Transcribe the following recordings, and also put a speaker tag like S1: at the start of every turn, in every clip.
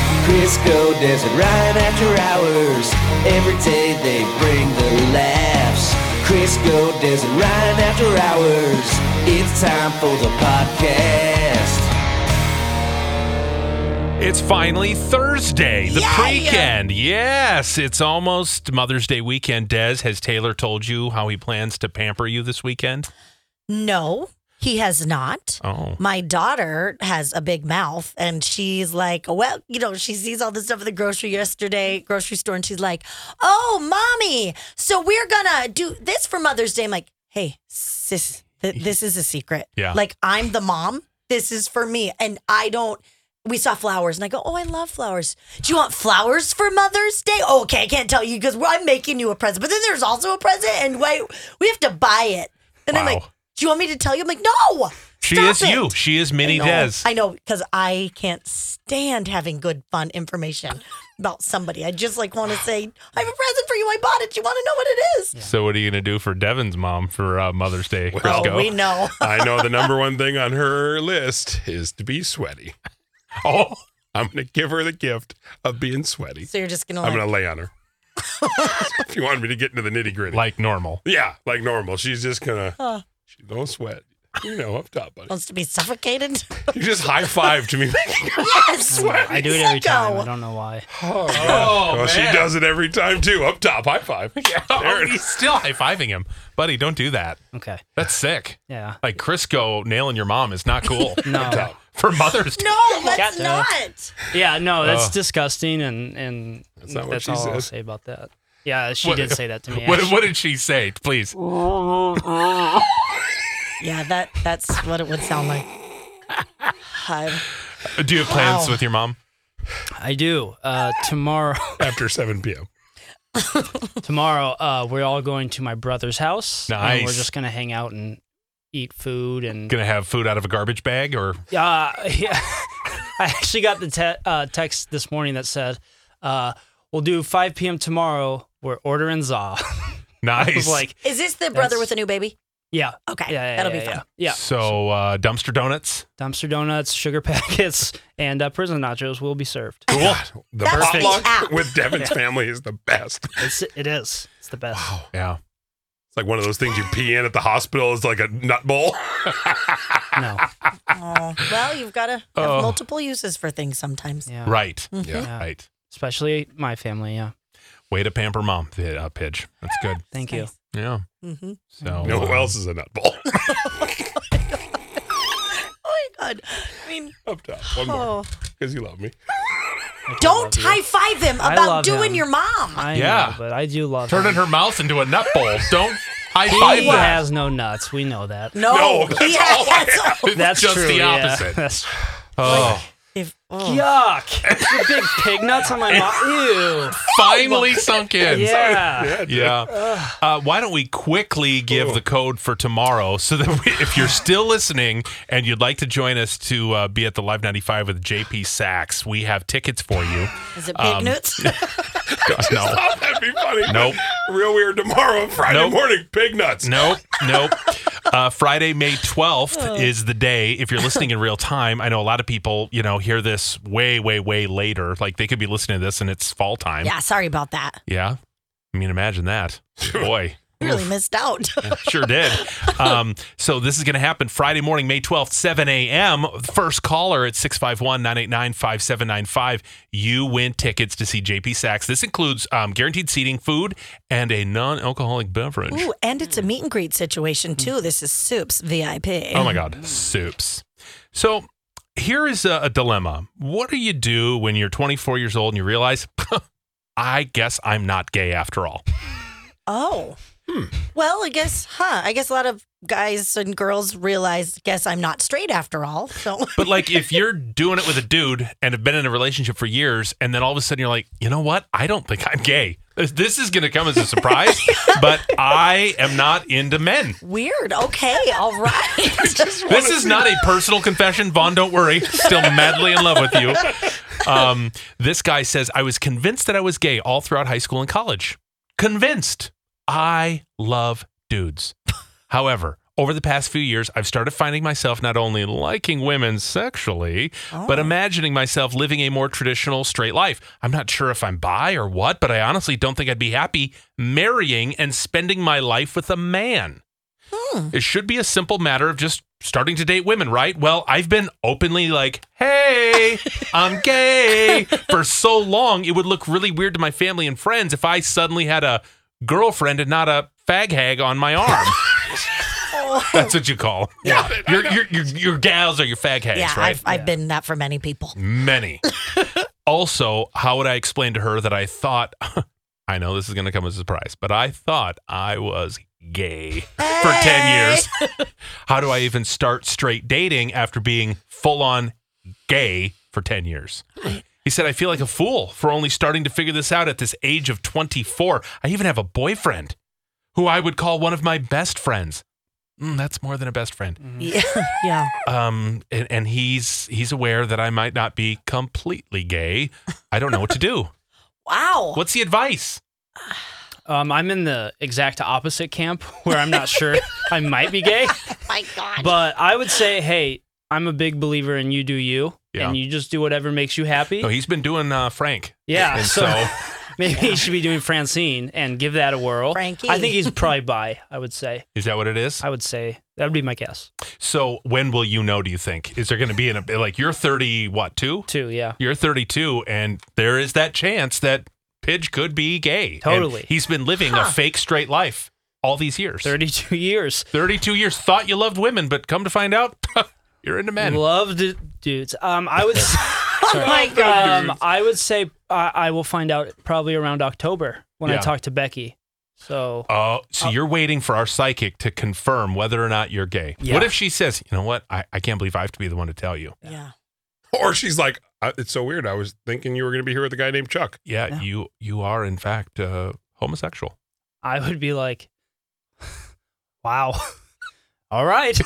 S1: Crisco does it right after hours. Every day they bring the laughs. Crisco does it right after hours. It's time for the podcast.
S2: It's finally Thursday, the weekend. Yes, it's almost Mother's Day weekend. Des, has Taylor told you how he plans to pamper you this weekend?
S3: No, he has not.
S2: Oh.
S3: My daughter has a big mouth and she's like, well, you know, she sees all this stuff at the grocery yesterday, grocery store, and she's like, oh, mommy, so we're gonna do this for Mother's Day. I'm like, hey, sis, th- this is a secret.
S2: Yeah.
S3: Like, I'm the mom. This is for me. And I don't, we saw flowers and I go, oh, I love flowers. Do you want flowers for Mother's Day? Oh, okay, I can't tell you because I'm making you a present. But then there's also a present and wait, we have to buy it. And I'm
S2: Wow.
S3: like, do you want me to tell you? I'm like, no.
S2: She
S3: stop
S2: is you.
S3: it."
S2: She is Mini
S3: I know.
S2: Des.
S3: I know because I can't stand having good, fun information about somebody. I just like want to say, I have a present for you. I bought it. You want to know what it is?
S2: So, what are you going to do for Devin's mom for uh, Mother's Day?
S3: Oh,
S2: Crisco?
S3: we know.
S4: I know the number one thing on her list is to be sweaty.
S2: Oh,
S4: I'm going to give her the gift of being sweaty.
S3: So you're just gonna.
S4: I'm
S3: Like,
S4: going to lay on her. if you want me to get into the nitty gritty.
S2: like normal.
S4: yeah, like normal. She's just going to, she don't sweat. You know, up top, buddy.
S3: wants to be suffocated.
S4: You just high five to me.
S3: yes,
S5: I do it every time. I
S3: Sicko.
S5: don't know why.
S4: oh,
S2: Oh,
S4: well, she
S2: man.
S4: does it every time too. Up top, high five.
S2: Oh,
S4: There it
S2: he's
S4: is.
S2: still high fiving him. Buddy, don't do that.
S5: Okay.
S2: That's sick.
S5: Yeah.
S2: Like Crisco nailing your mom is not cool
S5: No.
S2: for Mother's Day.
S3: No, let's
S5: Gotcha.
S3: not.
S5: Yeah. No. That's
S2: Oh.
S5: disgusting, and and that's,
S4: not what she
S5: all I'll
S4: says.
S5: say about that. Yeah, she
S2: What-
S5: did say that to me.
S2: What,
S5: actually.
S2: what did she say? Please.
S3: Yeah, that that's what it would sound like. God.
S2: Do you have plans
S3: Wow.
S2: with your mom?
S5: I do. Uh, tomorrow.
S4: After 7 p.m.
S5: tomorrow, uh, we're all going to my brother's house. And we're
S2: Nice.
S5: just gonna hang out and eat food and.
S2: Gonna have food out of a garbage bag or
S5: Uh, yeah. I actually got the te- uh, text this morning that said, uh, "We'll do 5 p.m. tomorrow. We're ordering za."
S2: nice?
S5: I was like,
S3: Is this the brother
S5: That's-
S3: with a new baby?
S5: "Yeah,
S3: Okay,
S5: yeah, yeah,
S3: that'll
S5: yeah,
S3: be
S5: yeah.
S3: fun.
S5: Yeah,
S2: So uh, dumpster donuts.
S5: dumpster donuts, sugar packets, and uh, prison nachos will be served.
S2: Cool.
S4: The
S3: That's the
S4: potluck
S3: app.
S4: with Devin's family is the best.
S5: It's it is. It's the best.
S2: Yeah.
S4: It's like one of those things you pee in at the hospital. It's like a nut bowl.
S5: No.
S3: Oh, well, you've got to have
S2: Oh.
S3: multiple uses for things sometimes.
S5: Yeah.
S2: Right.
S4: Yeah.
S5: Uh, mm-hmm. Yeah.
S2: Right.
S5: Especially my family. Yeah.
S2: Way to pamper mom, Pi- uh, Pidge. That's good.
S5: Thank you.
S2: Yeah.
S3: Mm-hmm.
S2: So
S4: No,
S2: uh,
S4: who else is a nut bowl?
S3: Oh my god! I mean,
S4: Up top, one more,
S3: oh.
S4: because you love me.
S3: don't high five him
S5: I
S3: about
S5: love
S3: doing
S5: him.
S3: your mom.
S5: I
S2: Yeah.
S5: know, but I do love
S2: turning
S5: him.
S2: her mouth into a nut bowl. Don't high
S5: He
S2: five that.
S5: has no nuts. We know that.
S3: No,
S4: No,
S3: yeah,
S4: that's all I
S3: that's all.
S2: It's
S5: That's
S2: just
S5: true,
S2: the
S5: yeah.
S2: opposite.
S5: That's
S2: Oh,
S3: If, oh.
S5: yuck. the big pig nuts on my mouth.
S2: finally sunk in.
S5: Ew. Yeah.
S4: Yeah,
S2: Yeah. Uh, why don't we quickly
S4: Oh.
S2: give the code for tomorrow so that we, if you're still listening and you'd like to join us to uh, be at the Live 95 with JP Sachs, we have tickets for you.
S3: Is it pig nuts?
S2: Uh, no.
S4: that'd be funny.
S2: Nope.
S4: Real weird tomorrow, Friday
S2: Nope.
S4: morning, pig nuts.
S2: Nope, nope. Uh, Friday, May
S3: Oh.
S2: 12th is the day. If you're listening in real time, I know a lot of people, you know, hear this way, way, way later. Like they could be listening to this and it's fall time.
S3: yeah, sorry about that.
S2: Yeah. I mean, imagine that. Boy.
S3: Really missed out.
S2: Sure did. Um, so this is going to happen Friday morning, May 12th, 7 a.m. First caller at 651-989-5795. You win tickets to see JP Sachs. This includes um, guaranteed seating, food, and a non-alcoholic beverage.
S3: Ooh, and it's a meet and greet situation too. This is Soups VIP.
S2: Oh my God, soups. So here is a, a dilemma. What do you do when you're 24 years old and you realize, I guess I'm not gay after all?
S3: Oh, Well, I guess, huh? I guess a lot of guys and girls realize, guess I'm not straight after all. So
S2: But like, if you're doing it with a dude and have been in a relationship for years, and then all of a sudden you're like, you know what? I don't think I'm gay. This- This is going to come as a surprise, but I am not into men.
S3: weird. Okay, all right.
S2: This is not a personal confession. Vaughn, don't worry. Still madly in love with you. Um, this guy says, I was convinced that I was gay all throughout high school and college. Convinced. I love dudes. However, over the past few years, I've started finding myself not only liking women sexually, but imagining myself living a more traditional straight life. I'm not sure if I'm bi or what, but I honestly don't think I'd be happy marrying and spending my life with a man. It should be a simple matter of just starting to date women, right? Well, I've been openly like, hey, I'm gay for so long. It would look really weird to my family and friends if I suddenly had a girlfriend and not a fag hag on my arm. That's what you call. Yeah. Your, your, your, your gals are your fag hags,
S3: yeah,
S2: right?
S3: I've, I've been that for many people.
S2: Many. also, how would I explain to her that I thought, I know this is going to come as a surprise, but I thought I was gay for 10 years? how do I even start straight dating after being full on gay for 10 years? He said, I feel like a fool for only starting to figure this out at this age of 24. I even have a boyfriend who I would call one of my best friends. Mm, that's more than a best friend
S3: Yeah, yeah.
S2: um and, and he's he's aware that i might not be completely gay i don't know what to do
S3: Wow.
S2: what's the advice
S5: Um, I'm in the exact opposite camp where I'm not sure I might be gay,
S3: My God.
S5: but I would say, hey, I'm a big believer in you do you,
S2: Yeah.
S5: and you just do whatever makes you happy.
S2: no he's been doing uh frank
S5: yeah,
S2: and
S5: so,
S2: so
S5: maybe he should be doing Francine and give that a whirl.
S3: Frankie.
S5: I think he's probably bi. I would say.
S2: is that what it is
S5: I would say that would be my guess.
S2: so when will you know do you think is there going to be an like you're 30 what two
S5: Two, yeah.
S2: you're 32 and there is that chance that pidge could be gay And
S5: Totally.
S2: he's been living a fake straight life all these years
S5: 32 years.
S2: 32 years thought you loved women but come to find out you're into men
S5: Loved it, dudes. Um, I would. s- sorry. Um, I would say I, I will find out probably around October when
S2: Yeah.
S5: I talk to Becky. So
S2: Oh,
S5: Uh,
S2: so you're waiting for our psychic to confirm whether or not you're gay.
S5: Yeah.
S2: What if she says, you know what? I, I can't believe I have to be the one to tell you.
S3: yeah.
S4: Or she's like, I, it's so weird. I was thinking you were going to be here with a guy named Chuck.
S2: Yeah,
S5: Yeah.
S2: you you are in fact uh, homosexual.
S5: I would be like, wow. All right.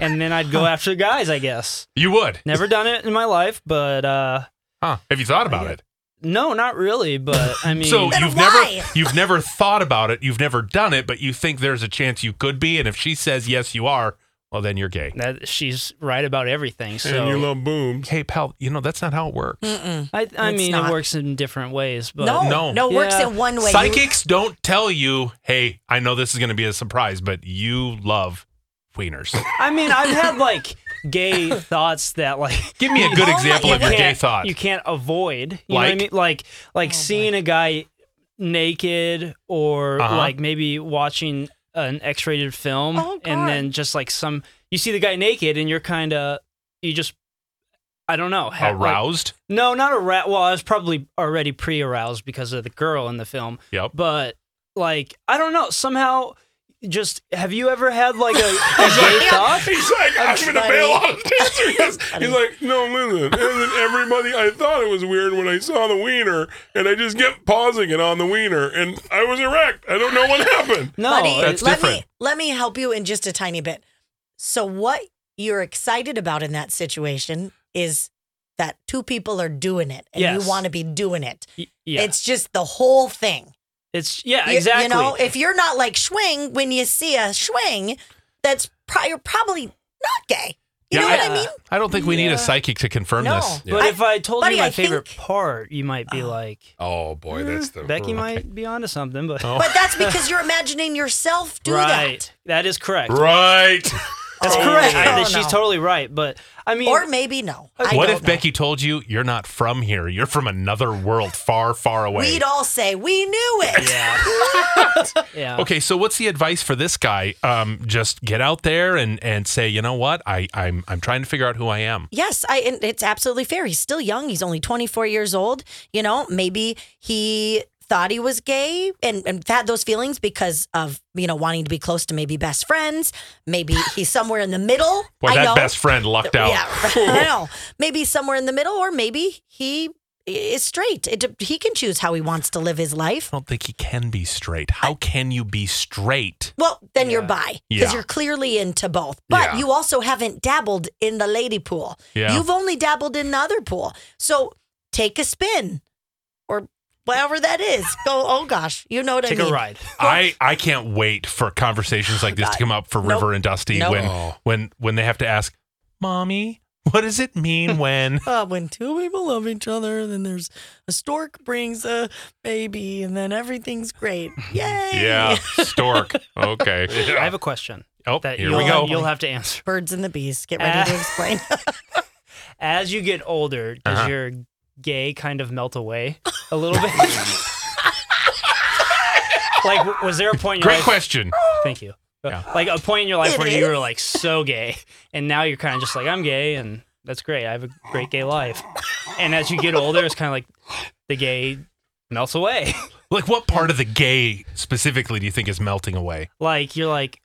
S5: and then I'd go after guys, I guess.
S2: You would.
S5: Never done it in my life, but uh,
S2: Huh. Have you thought about it?
S5: no, not really. But I mean,
S2: So
S3: Then
S2: you've
S3: why?
S2: never you've never thought about it, you've never done it, but you think there's a chance you could be, and if she says yes you are, well then you're gay.
S5: that, she's right about everything. So
S4: and your little booms.
S2: Hey pal, you know that's not how it works.
S5: Mm,
S3: Mm-mm.
S5: I, I
S3: It's
S5: mean,
S3: not.
S5: it works in different ways, but
S3: No,
S2: no.
S3: no, it works
S5: Yeah.
S3: in one way. You-
S2: Psychics don't tell you, hey, I know this is gonna be a surprise, but you love wieners.
S5: I mean, I've had like gay thoughts that like
S2: Give me a good
S3: Oh,
S2: example
S3: yeah,
S2: of your gay
S5: can't-
S2: thought.
S5: You can't avoid. You know what I
S2: Like?
S5: mean? Like
S3: Oh,
S5: like seeing a guy naked or
S2: Uh-huh.
S5: like maybe watching an X-rated film
S3: Oh,
S5: and then just like some you see the guy naked and you're kind of you just I don't know. ha- like-
S2: aroused.
S5: no, not aroused. Well, I was probably already pre-aroused because of the girl in the film.
S2: Yep.
S5: But like I don't know, somehow just have you ever had like a, a gay thought?
S4: He's like, I'm, going to
S3: funny.
S4: bail out of this. He's, he's like, no, listen. And then everybody, I thought it was weird when I saw the wiener, and I just kept pausing it on the wiener, and I was erect. I don't know what happened.
S5: No,
S3: Buddy,
S2: That's
S3: let
S2: different.
S3: me let me help you in just a tiny bit. So what you're excited about in that situation is that two people are doing it and
S5: Yes.
S3: you want to be doing it.
S5: it- yeah. It's
S3: It's just the whole thing.
S5: yeah,
S3: You-
S5: exactly.
S3: You know, if you're not like swing when you see a swing, that's pro- you're probably not gay.
S2: Yeah,
S3: You know what
S5: I-
S3: I mean?
S2: I don't think we need
S5: Yeah.
S2: a psychic to confirm
S3: No.
S2: this.
S5: But if I told
S3: buddy,
S5: you my
S3: I
S5: favorite
S3: think-
S5: part, you might be like,
S4: Oh, boy,
S3: Mm.
S4: that's the.
S5: Becky might be onto something. But
S2: Oh.
S3: But that's because you're imagining yourself do
S5: right,
S3: that.
S5: that is correct.
S4: Right.
S5: That's
S3: Oh,
S5: correct.
S3: I don't
S5: I- she's
S3: know.
S5: totally right. But I mean,
S3: Or maybe no. I
S2: what
S3: don't
S2: if
S3: know.
S2: Becky told you you're not from here? You're from another world, far, far away.
S3: We'd all say we knew it.
S5: yeah, yeah.
S2: Okay, so what's the advice for this guy? Um, just get out there and, and say, you know what? I, I'm I'm trying to figure out who I am.
S3: Yes, I and it's absolutely fair. He's still young. He's only 24 years old. You know, maybe he thought he was gay and, and had those feelings because of, you know, wanting to be close to maybe best friends. Maybe he's somewhere in the middle.
S2: Boy,
S3: I
S2: that
S3: know.
S2: best friend lucked out.
S3: Yeah, I know. Maybe somewhere in the middle, or maybe he is straight. It, he can choose how he wants to live his life.
S2: I don't think he can be straight. How can you be straight?
S3: Well, then you're bi because
S2: Yeah.
S3: you're clearly into both. But
S2: Yeah.
S3: you also haven't dabbled in the lady pool.
S2: Yeah.
S3: You've only dabbled in the other pool. So take a spin or whatever that is. Go, oh gosh, you know what
S5: Take
S3: I mean.
S5: a ride.
S2: I, I can't wait for conversations like this to come up for
S3: Nope.
S2: River and Dusty
S3: Nope.
S5: Oh.
S2: when when when they have to ask, "Mommy, what does it mean when?"
S3: Uh, when two people love each other, then there's a stork brings a baby, and then everything's great. Yay!
S2: yeah, stork. Okay.
S5: I have a question
S2: oh,
S5: that
S2: here
S5: you'll,
S2: we go.
S5: you'll have to answer.
S3: Birds and the bees. Get ready to
S5: Ah.
S3: explain.
S5: As you get older, does
S2: Uh-huh.
S5: your gay kind of melt away a little bit? like, w- was there a point in your
S2: Great
S5: life?
S2: question.
S5: Thank you.
S2: Yeah.
S5: Like a point in your life
S3: It
S5: where you were
S3: is.
S5: like so gay, and now you're kind of just like I'm gay, and that's great. I have a great gay life. And as you get older, it's kind of like the gay melts away.
S2: Like, what part of the gay specifically do you think is melting away?
S5: like you're like,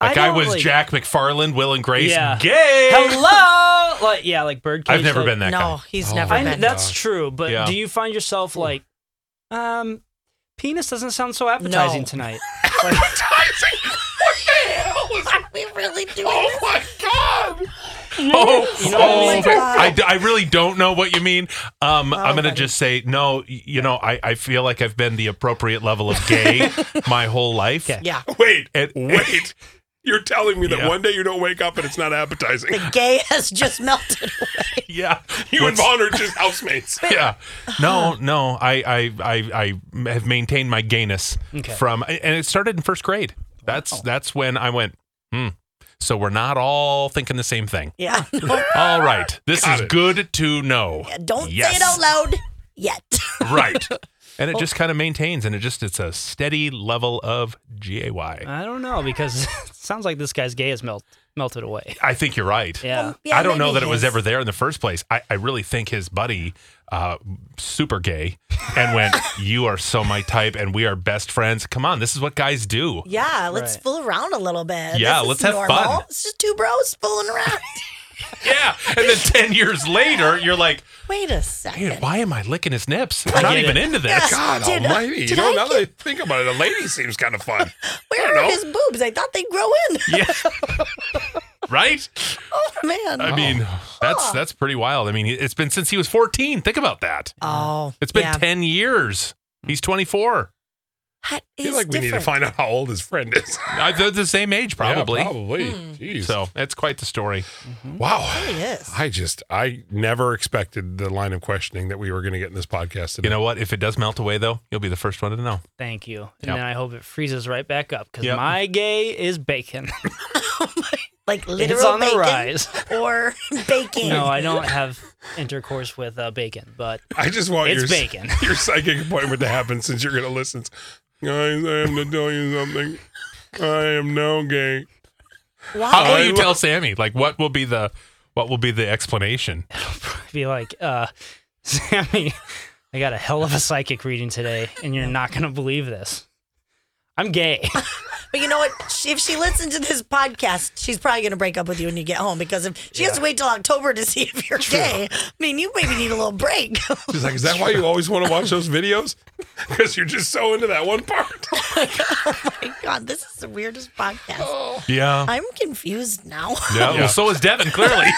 S2: Like, I,
S5: don't
S2: was
S5: really-
S2: Jack McFarland, Will and Grace,
S5: Yeah.
S2: gay.
S5: Hello, like yeah, like birdcage.
S2: I've never
S5: like-
S2: been that
S3: no,
S2: guy.
S3: he's
S4: Oh.
S3: never
S5: I
S4: I've
S5: kn-
S3: been.
S5: that's
S4: Gosh.
S5: true, but
S2: Yeah.
S5: do you find yourself like, um, penis doesn't sound so appetizing
S3: No.
S5: tonight?
S3: Are we really doing
S4: Oh my god!
S2: Oh,
S5: You know what I
S2: oh,
S5: mean?
S2: but I, d- I really don't know what you mean. Um, I'm going to
S3: buddy.
S2: just say, no, y- you know, I, I feel like I've been the appropriate level of gay my whole life.
S5: Okay.
S3: Yeah.
S4: Wait,
S2: It-
S4: wait. You're telling me that
S2: Yeah.
S4: one day you don't wake up and it's not appetizing.
S3: The gay has just melted away.
S2: Yeah.
S4: You and
S2: Let's-
S4: Vaughn are just housemates.
S2: yeah. No, no. I, I, I, I have maintained my gayness
S5: Okay.
S2: from, and it started in first grade. That's that's when I went. Hmm. So we're not all thinking the same thing.
S3: Yeah.
S2: All right. This
S4: Got
S2: is
S4: it.
S2: good to know.
S3: Don't say
S2: Yes.
S3: it out loud yet.
S2: Right. And it just kind of maintains, and it just it's a steady level of gay.
S5: I don't know because it sounds like this guy's gay has melt melted away.
S2: I think you're right.
S5: Yeah.
S3: Yeah,
S2: I don't know
S3: maybe
S2: that it was
S3: is.
S2: ever there in the first place. I, I really think his buddy, uh, super gay, and went, You are so my type, and we are best friends. Come on, this is what guys do.
S3: Yeah, let's
S5: Right.
S3: fool around a little bit.
S2: Yeah,
S3: This is
S2: let's have
S3: normal.
S2: fun.
S3: It's just two bros fooling around.
S2: Yeah. And then 10 years later, you're like,
S3: Wait a
S2: Dude,
S3: second.
S2: why am I licking his nips? I'm not
S5: get
S2: even
S5: it.
S2: into this.
S4: God
S3: Did I-
S4: almighty. you
S3: did
S4: know,
S3: I
S4: now that I think about it, a lady seems kind of fun.
S3: Where
S4: don't
S3: are
S4: know.
S3: his boobs? I thought they'd grow in.
S2: Yeah. right?
S3: Oh man.
S2: I mean, that's that's pretty wild. I mean, it's been since he was 14. Think about that.
S3: oh,
S2: It's been
S3: yeah.
S2: 10 years. He's 24.
S3: That
S4: I
S3: is
S4: feel like we need to
S3: different.
S4: find out how old his friend is.
S2: I, they're the same age, probably.
S4: Yeah, probably. Jeez.
S2: So that's quite the story.
S4: wow.
S3: It Hmm. is.
S4: I just, I never expected the line of questioning that we were going to get in this podcast today.
S2: You know what? If it does melt away, though, you'll be the first one to know.
S5: Thank you. And
S2: Yep.
S5: then I hope it freezes right back up because
S2: Yep.
S5: my gay is bacon.
S3: Like literal
S5: it's on
S3: bacon
S5: the rise.
S3: or baking.
S5: No, I don't have intercourse with uh, bacon, but
S4: I just want
S5: it's
S4: your,
S5: bacon.
S4: your psychic appointment to happen since you're going to listen. Guys, I am to tell you something. I am now gay.
S2: How
S3: Why?
S2: will you
S4: I-
S2: tell Sammy? Like, what will be the what will be the explanation?
S5: Be like, uh, Sammy, I got a hell of a psychic reading today, and you're not gonna believe this. I'm gay.
S3: But you know what? She- If she listens to this podcast, she's probably going to break up with you when you get home because if she has to wait till October to see if you're gay, I mean, you maybe need a little break. Oh
S4: She's like, is that why you always want to watch those videos? Because you're just so into that one part.
S3: My God, this is the weirdest podcast.
S2: Yeah.
S3: I'm confused now.
S2: Yeah. Well, so is Devin. Clearly.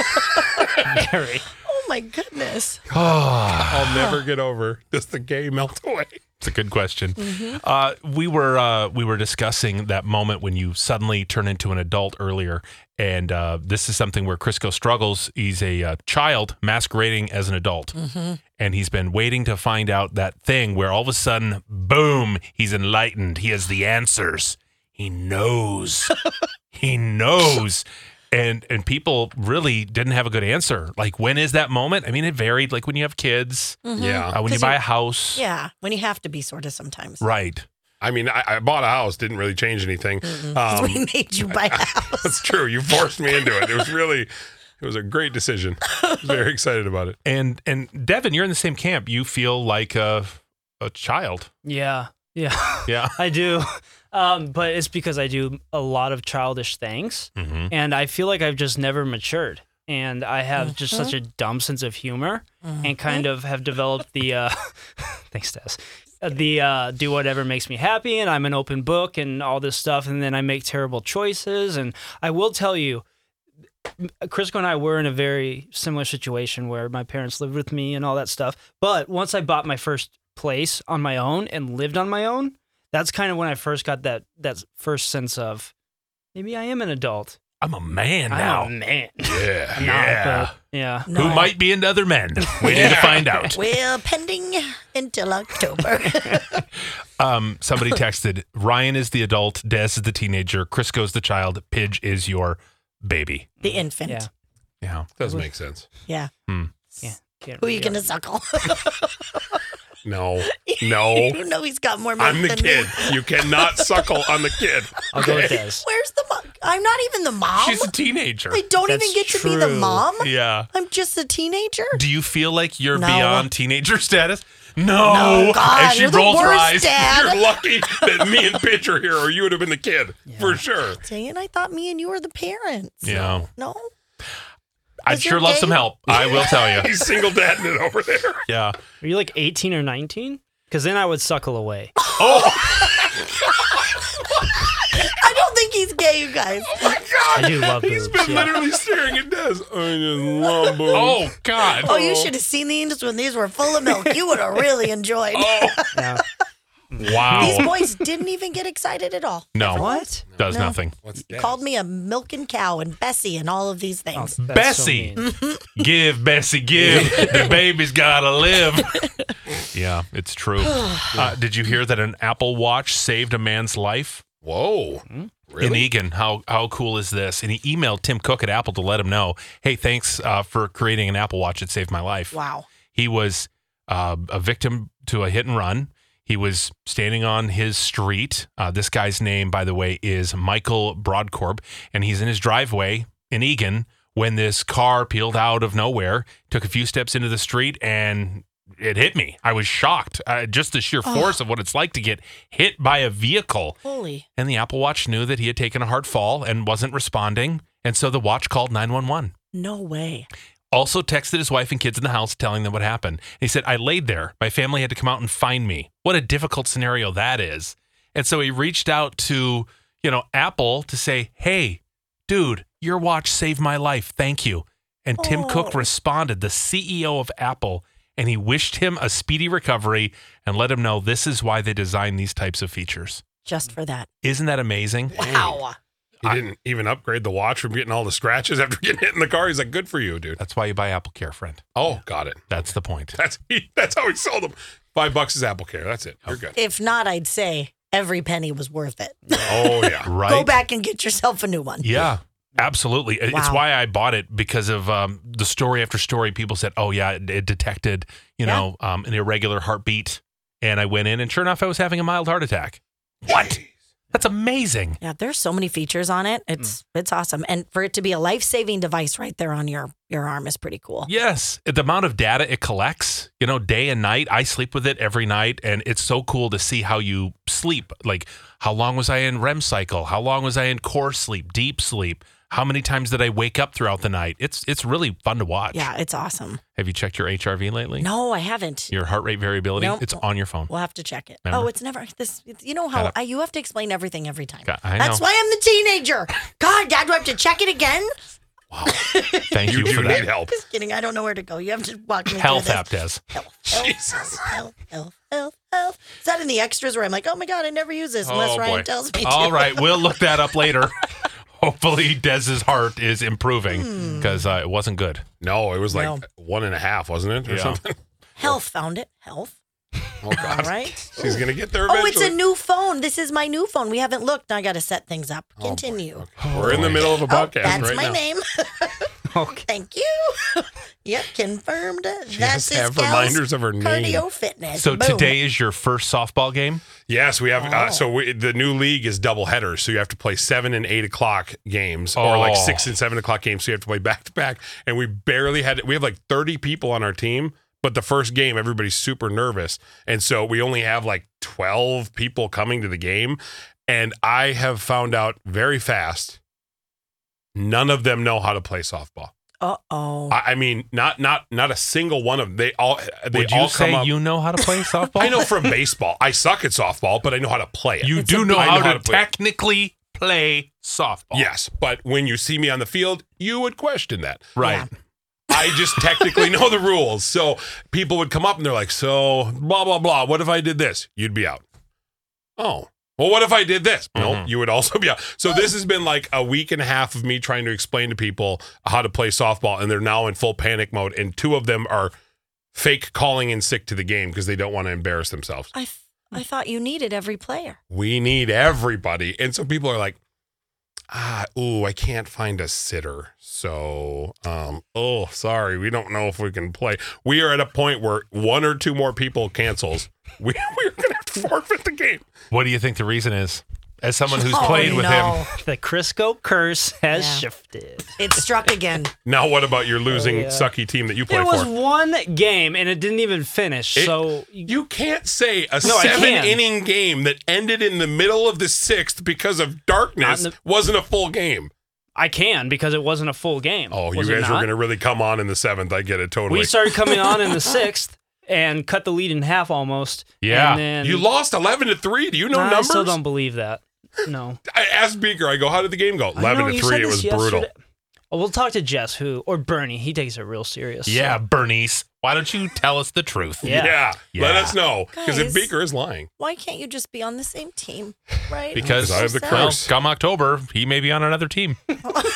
S5: Very.
S3: Oh my goodness.
S4: I'll never get over just the gay melt away.
S2: It's a good question. Uh, we were uh, we were discussing that moment when you suddenly turn into an adult earlier, and uh, this is something where Crisco struggles. He's a uh, child masquerading as an adult, and he's been waiting to find out that thing where all of a sudden, boom, he's enlightened. He has the answers. He knows. he knows. And and people really didn't have a good answer. Like when is that moment? I mean, it varied. Like when you have kids,
S3: Mm-hmm.
S4: Yeah.
S2: uh, when you
S3: 'Cause
S2: buy
S3: you-
S2: a house,
S3: Yeah, when you have to be sort of sometimes.
S2: right?
S4: I mean, I, I bought a house, didn't really change anything.
S3: we
S4: Um,
S3: made you buy a house.
S4: that's true. You forced me into it. It was really, it was a great decision. I was very excited about it.
S2: And and Devin, you're in the same camp. You feel like a a child.
S5: Yeah. Yeah.
S2: Yeah.
S5: I do. Um, but it's because I do a lot of childish things.
S2: Mm-hmm.
S5: And I feel like I've just never matured. And I have just such a dumb sense of humor and kind of have developed the, uh, thanks, Tess, uh, the uh, do whatever makes me happy. And I'm an open book and all this stuff. And then I make terrible choices. And I will tell you, Crisco and I were in a very similar situation where my parents lived with me and all that stuff. But once I bought my first place on my own and lived on my own, that's kind of when I first got that that first sense of maybe I am an adult.
S2: I'm a man now.
S5: I'm a man.
S2: yeah.
S5: Nah,
S2: yeah.
S5: but- yeah.
S3: No.
S2: Who might be into other men? Waiting to find out.
S3: Well, pending until October.
S2: Um, somebody texted Ryan is the adult, Des is the teenager, Crisco's the child, Pidge is your baby.
S3: the infant. Yeah.
S5: Yeah.
S2: Yeah.
S4: Doesn't make sense.
S5: Can't
S3: Who are you
S5: really-
S3: going to suckle?
S4: No, no.
S3: you know he's got more milk
S4: I'm the
S3: than
S4: kid.
S3: me.
S4: You cannot suckle on the kid.
S5: I'll go with this.
S3: Where's the mom? I'm not even the mom.
S2: She's a teenager.
S3: I don't
S5: That's
S3: even get to be the
S5: true.
S3: mom.
S2: Yeah.
S3: I'm just a teenager.
S2: Do you feel like you're
S3: No.
S2: beyond teenager status? No.
S3: No, God,
S2: and she
S3: you're the
S2: rolls her
S3: worst
S2: eyes.
S3: dad.
S4: You're lucky that me and Pitch are here, or you would have been the kid for sure.
S3: Dang it, I thought me and you were the parents.
S2: Yeah.
S3: No?
S2: I'd
S3: Is it
S2: sure love
S3: gay?
S2: some help. I will tell you.
S4: He's single dadding it over there.
S2: Yeah.
S5: Are you like 18 or 19? Because then I would suckle away.
S3: I don't think he's gay, you guys.
S5: I do love
S4: He's
S5: boobs.
S4: been
S5: yeah.
S4: literally staring at Des. I just love boobs.
S2: Oh God.
S3: Oh, you should have seen these when these were full of milk. You would have really enjoyed.
S5: Yeah.
S3: These
S2: Wow.
S3: boys didn't even get excited at all.
S2: No.
S5: What?
S2: Does
S3: No.
S2: nothing.
S4: What's
S3: You called me a milking cow and Bessie and all of these
S5: Oh,
S3: things.
S5: that's so
S2: Bessie.
S5: mean.
S2: Give Bessie, give. the baby's gotta live. yeah, it's true. Uh, did you hear that an Apple Watch saved a man's life
S4: Whoa.
S2: in
S4: Really?
S2: Egan? How how cool is this? And he emailed Tim Cook at Apple to let him know, hey, thanks uh, for creating an Apple Watch. It saved my life.
S3: Wow.
S2: He was uh, a victim to a hit and run. He was standing on his street. Uh, this guy's name, by the way, is Michael Broadcorp, and he's in his driveway in Egan when this car peeled out of nowhere, took a few steps into the street, and it hit me. I was shocked. Uh, just the sheer force of what it's like to get hit by a vehicle.
S3: Holy.
S2: And the Apple Watch knew that he had taken a hard fall and wasn't responding. And so the watch called 911
S3: No way.
S2: also texted his wife and kids in the house telling them what happened. And he said, I laid there. My family had to come out and find me. What a difficult scenario that is. And so he reached out to, you know, Apple to say, Hey, dude, your watch saved my life. Thank you. And Tim Cook
S3: Oh.
S2: responded, the CEO of Apple, and he wished him a speedy recovery and let him know this is why they design these types of features.
S3: Just for that.
S2: Isn't that amazing?
S3: Wow.
S4: He didn't even upgrade the watch from getting all the scratches after getting hit in the car. He's like, good for you, dude.
S2: That's why you buy Apple Care, friend.
S4: Oh, got it.
S2: That's the point.
S4: That's he, that's how he sold them. Five bucks is Apple Care. That's it. You're good.
S3: If not, I'd say every penny was worth it.
S4: Oh yeah.
S2: Right.
S3: Go back and get yourself a new one.
S2: Yeah, absolutely. It- It's
S3: Wow.
S2: why I bought it because of um, the story after story. People said, "Oh yeah, it, it detected you
S3: Yeah.
S2: know um, an irregular heartbeat," and I went in, and sure enough, I was having a mild heart attack. What? That's amazing.
S3: Yeah, there's so many features on it. It's it's awesome, and for it to be a life saving device right there on your your arm is pretty cool.
S2: Yes, the amount of data it collects, you know, day and night. I sleep with it every night, and it's so cool to see how you sleep. Like, how long was I in REM cycle? How long was I in core sleep, deep sleep? How many times did I wake up throughout the night? It's it's really fun to watch.
S3: Yeah, it's awesome.
S2: Have you checked your HRV lately?
S3: No, I haven't.
S2: Your heart rate variability,
S3: Nope.
S2: it's on your phone.
S3: We'll have to check it.
S2: Remember?
S3: Oh, it's never this. It's, you know
S2: Got
S3: how
S2: it.
S3: I, you have to explain everything every time.
S2: Got- I
S3: That's
S2: know.
S3: why I'm the teenager. God, Dad, do I have to check it again?
S2: Thank
S4: You
S2: you,
S4: do
S2: for
S4: need
S2: that.
S4: help.
S3: Just kidding. I don't know where to go. You have to walk me
S2: Health
S3: through this.
S2: app, Des.
S3: Health, health, health, health, health, health. Is that in the extras where I'm like, oh my God, I never use this
S2: Oh,
S3: unless Ryan tells me
S2: All
S3: to.
S2: right, we'll look that up later. Hopefully, Dez's heart is improving
S3: Hmm.
S2: because uh, it wasn't good.
S4: No, it was like
S3: No.
S4: one and a half, wasn't it, or
S2: Yeah.
S4: something?
S3: Health found it. Health.
S4: Oh god.
S3: All right.
S4: She's gonna get there
S3: Oh,
S4: eventually.
S3: it's a new phone. This is my new phone. We haven't looked. Now I got to set things up.
S4: boy.
S3: Continue. Oh,
S4: We're in the middle of a podcast
S3: that's
S4: right
S3: my
S4: now.
S3: name.
S5: Okay.
S3: Thank you. yep, confirmed.
S4: She
S3: that's
S4: has to
S3: his
S4: have reminders of her name.
S3: cardio fitness.
S2: So,
S3: Boom.
S2: today is your first softball game.
S4: Yes, we have.
S3: Oh.
S4: Uh, so we, the new league is double headers. So you have to play seven and eight o'clock games, or like
S2: Oh.
S4: six and seven o'clock games. So you have to play back to back. And we barely had. We have like thirty people on our team But the first game, everybody's super nervous. And so we only have like 12 people coming to the game. And I have found out very fast none of them know how to play softball.
S3: Uh oh.
S4: I, I mean, not not not a single one of them. They all they
S2: Would you
S4: all
S2: say
S4: come up.
S2: you know how to play softball?
S4: I know from baseball. I suck at softball, but I know how to play it.
S2: You do know
S4: I
S2: how, to,
S4: play it.
S2: technically play softball.
S4: Yes, but when you see me on the field, you would question that.
S2: Right.
S4: I just technically know the rules. So people would come up and they're like, so blah, blah, blah. What if I did this? You'd be out. Oh. Well, what if I did this?
S2: Mm-hmm.
S4: No, you would also be out. So this has been like a week and a half of me trying to explain to people how to play softball, and they're now in full panic mode. And two of them are fake calling in sick to the game because they don't want to embarrass themselves.
S3: I, th- I thought you needed every player.
S4: We need everybody. And so people are like, ah, ooh, I can't find a sitter. So, um, oh, sorry, we don't know if we can play. We are at a point where one or two more people cancels. We we're gonna have to forfeit the game.
S2: What do you think the reason is? As someone who's
S3: Oh,
S2: played with him,
S3: no.
S5: The Crisco curse has
S3: Yeah.
S5: shifted.
S3: It struck again.
S4: Now, what about your losing
S5: yeah.
S4: sucky team that you play
S5: There was
S4: for?
S5: one game and it didn't even finish.
S4: It-
S5: so
S4: You can't say a
S5: No, I can.
S4: seven inning game that ended in the middle of the sixth because of darkness
S5: Not in
S4: wasn't a full game.
S5: I can because it wasn't a full game.
S4: Oh,
S5: Was
S4: you
S5: it
S4: guys were
S5: not?
S4: going to really come on in the seventh. I get it totally.
S5: We started coming on in the sixth and cut the lead in half almost.
S2: Yeah.
S5: And then,
S4: you lost 11 to 3. Do you know
S5: Nah, I
S4: numbers?
S5: still don't believe that. No.
S4: I asked Beaker, I go, how did the game go? 11
S5: I know,
S4: to
S5: you
S4: 3.
S5: said
S4: It
S5: this
S4: was brutal.
S5: yesterday. Oh, we'll talk to Jess, who or Bernie. He takes it real serious. so-
S2: yeah, Bernice, why don't you tell us the truth?
S5: Yeah.
S4: Yeah. Let
S2: Yeah.
S4: us know. Because
S3: Guys.
S4: if Beaker is lying,
S3: Why can't you just be on the same team, right?
S2: Because
S4: I have the
S3: Sad.
S2: Well,
S4: curse.
S2: come October, he may be on another team.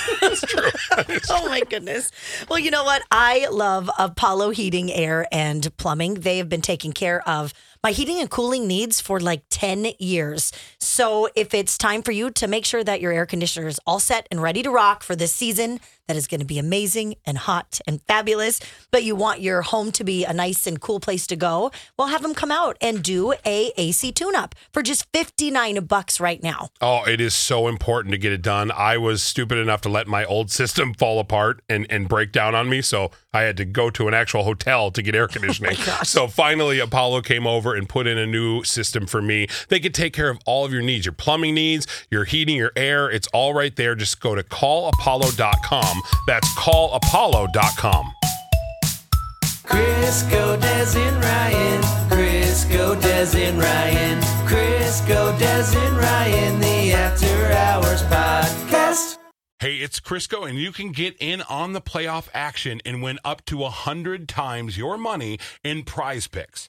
S3: oh my goodness. Well, you know what? I love Apollo Heating, Air, and Plumbing. They have been taking care of my heating and cooling needs for like 10 years. So if it's time for you to make sure that your air conditioner is all set and ready to rock for this season, that is going to be amazing and hot and fabulous, but you want your home to be a nice and cool place to go, well, have them come out and do a AC tune-up for just 59 bucks right now.
S4: oh, it is so important to get it done. I was stupid enough to let my old system fall apart and, and break down on me. So I had to go to an actual hotel to
S5: Oh
S4: get air conditioning. so finally, Apollo came over and put in a new system for me. They could take care of all of your needs your plumbing needs, your heating, your air. It's all right there. Just go to callapollo.com. That's callapollo.com.
S1: Crisco Des and Ryan. Crisco Des and Ryan. Crisco Des and Ryan. The After Hours Podcast.
S4: Hey, it's Crisco, and you can get in on the playoff action and win up to 100 times your money in prize picks.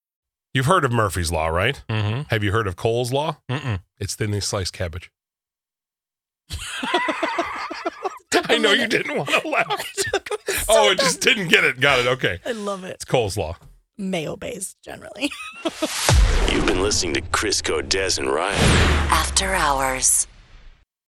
S4: You've heard of Murphy's Law, right?
S2: Mm-hmm.
S4: Have you heard of Cole's Law?
S2: Mm-mm.
S4: It's thinly sliced cabbage. I know you didn't want to laugh. oh, it just didn't get it. Got it. Okay.
S3: I love it.
S4: It's Cole's Law.
S3: Mayo based generally.
S6: You've been listening to Crisco, Des, and Ryan.
S7: After Hours.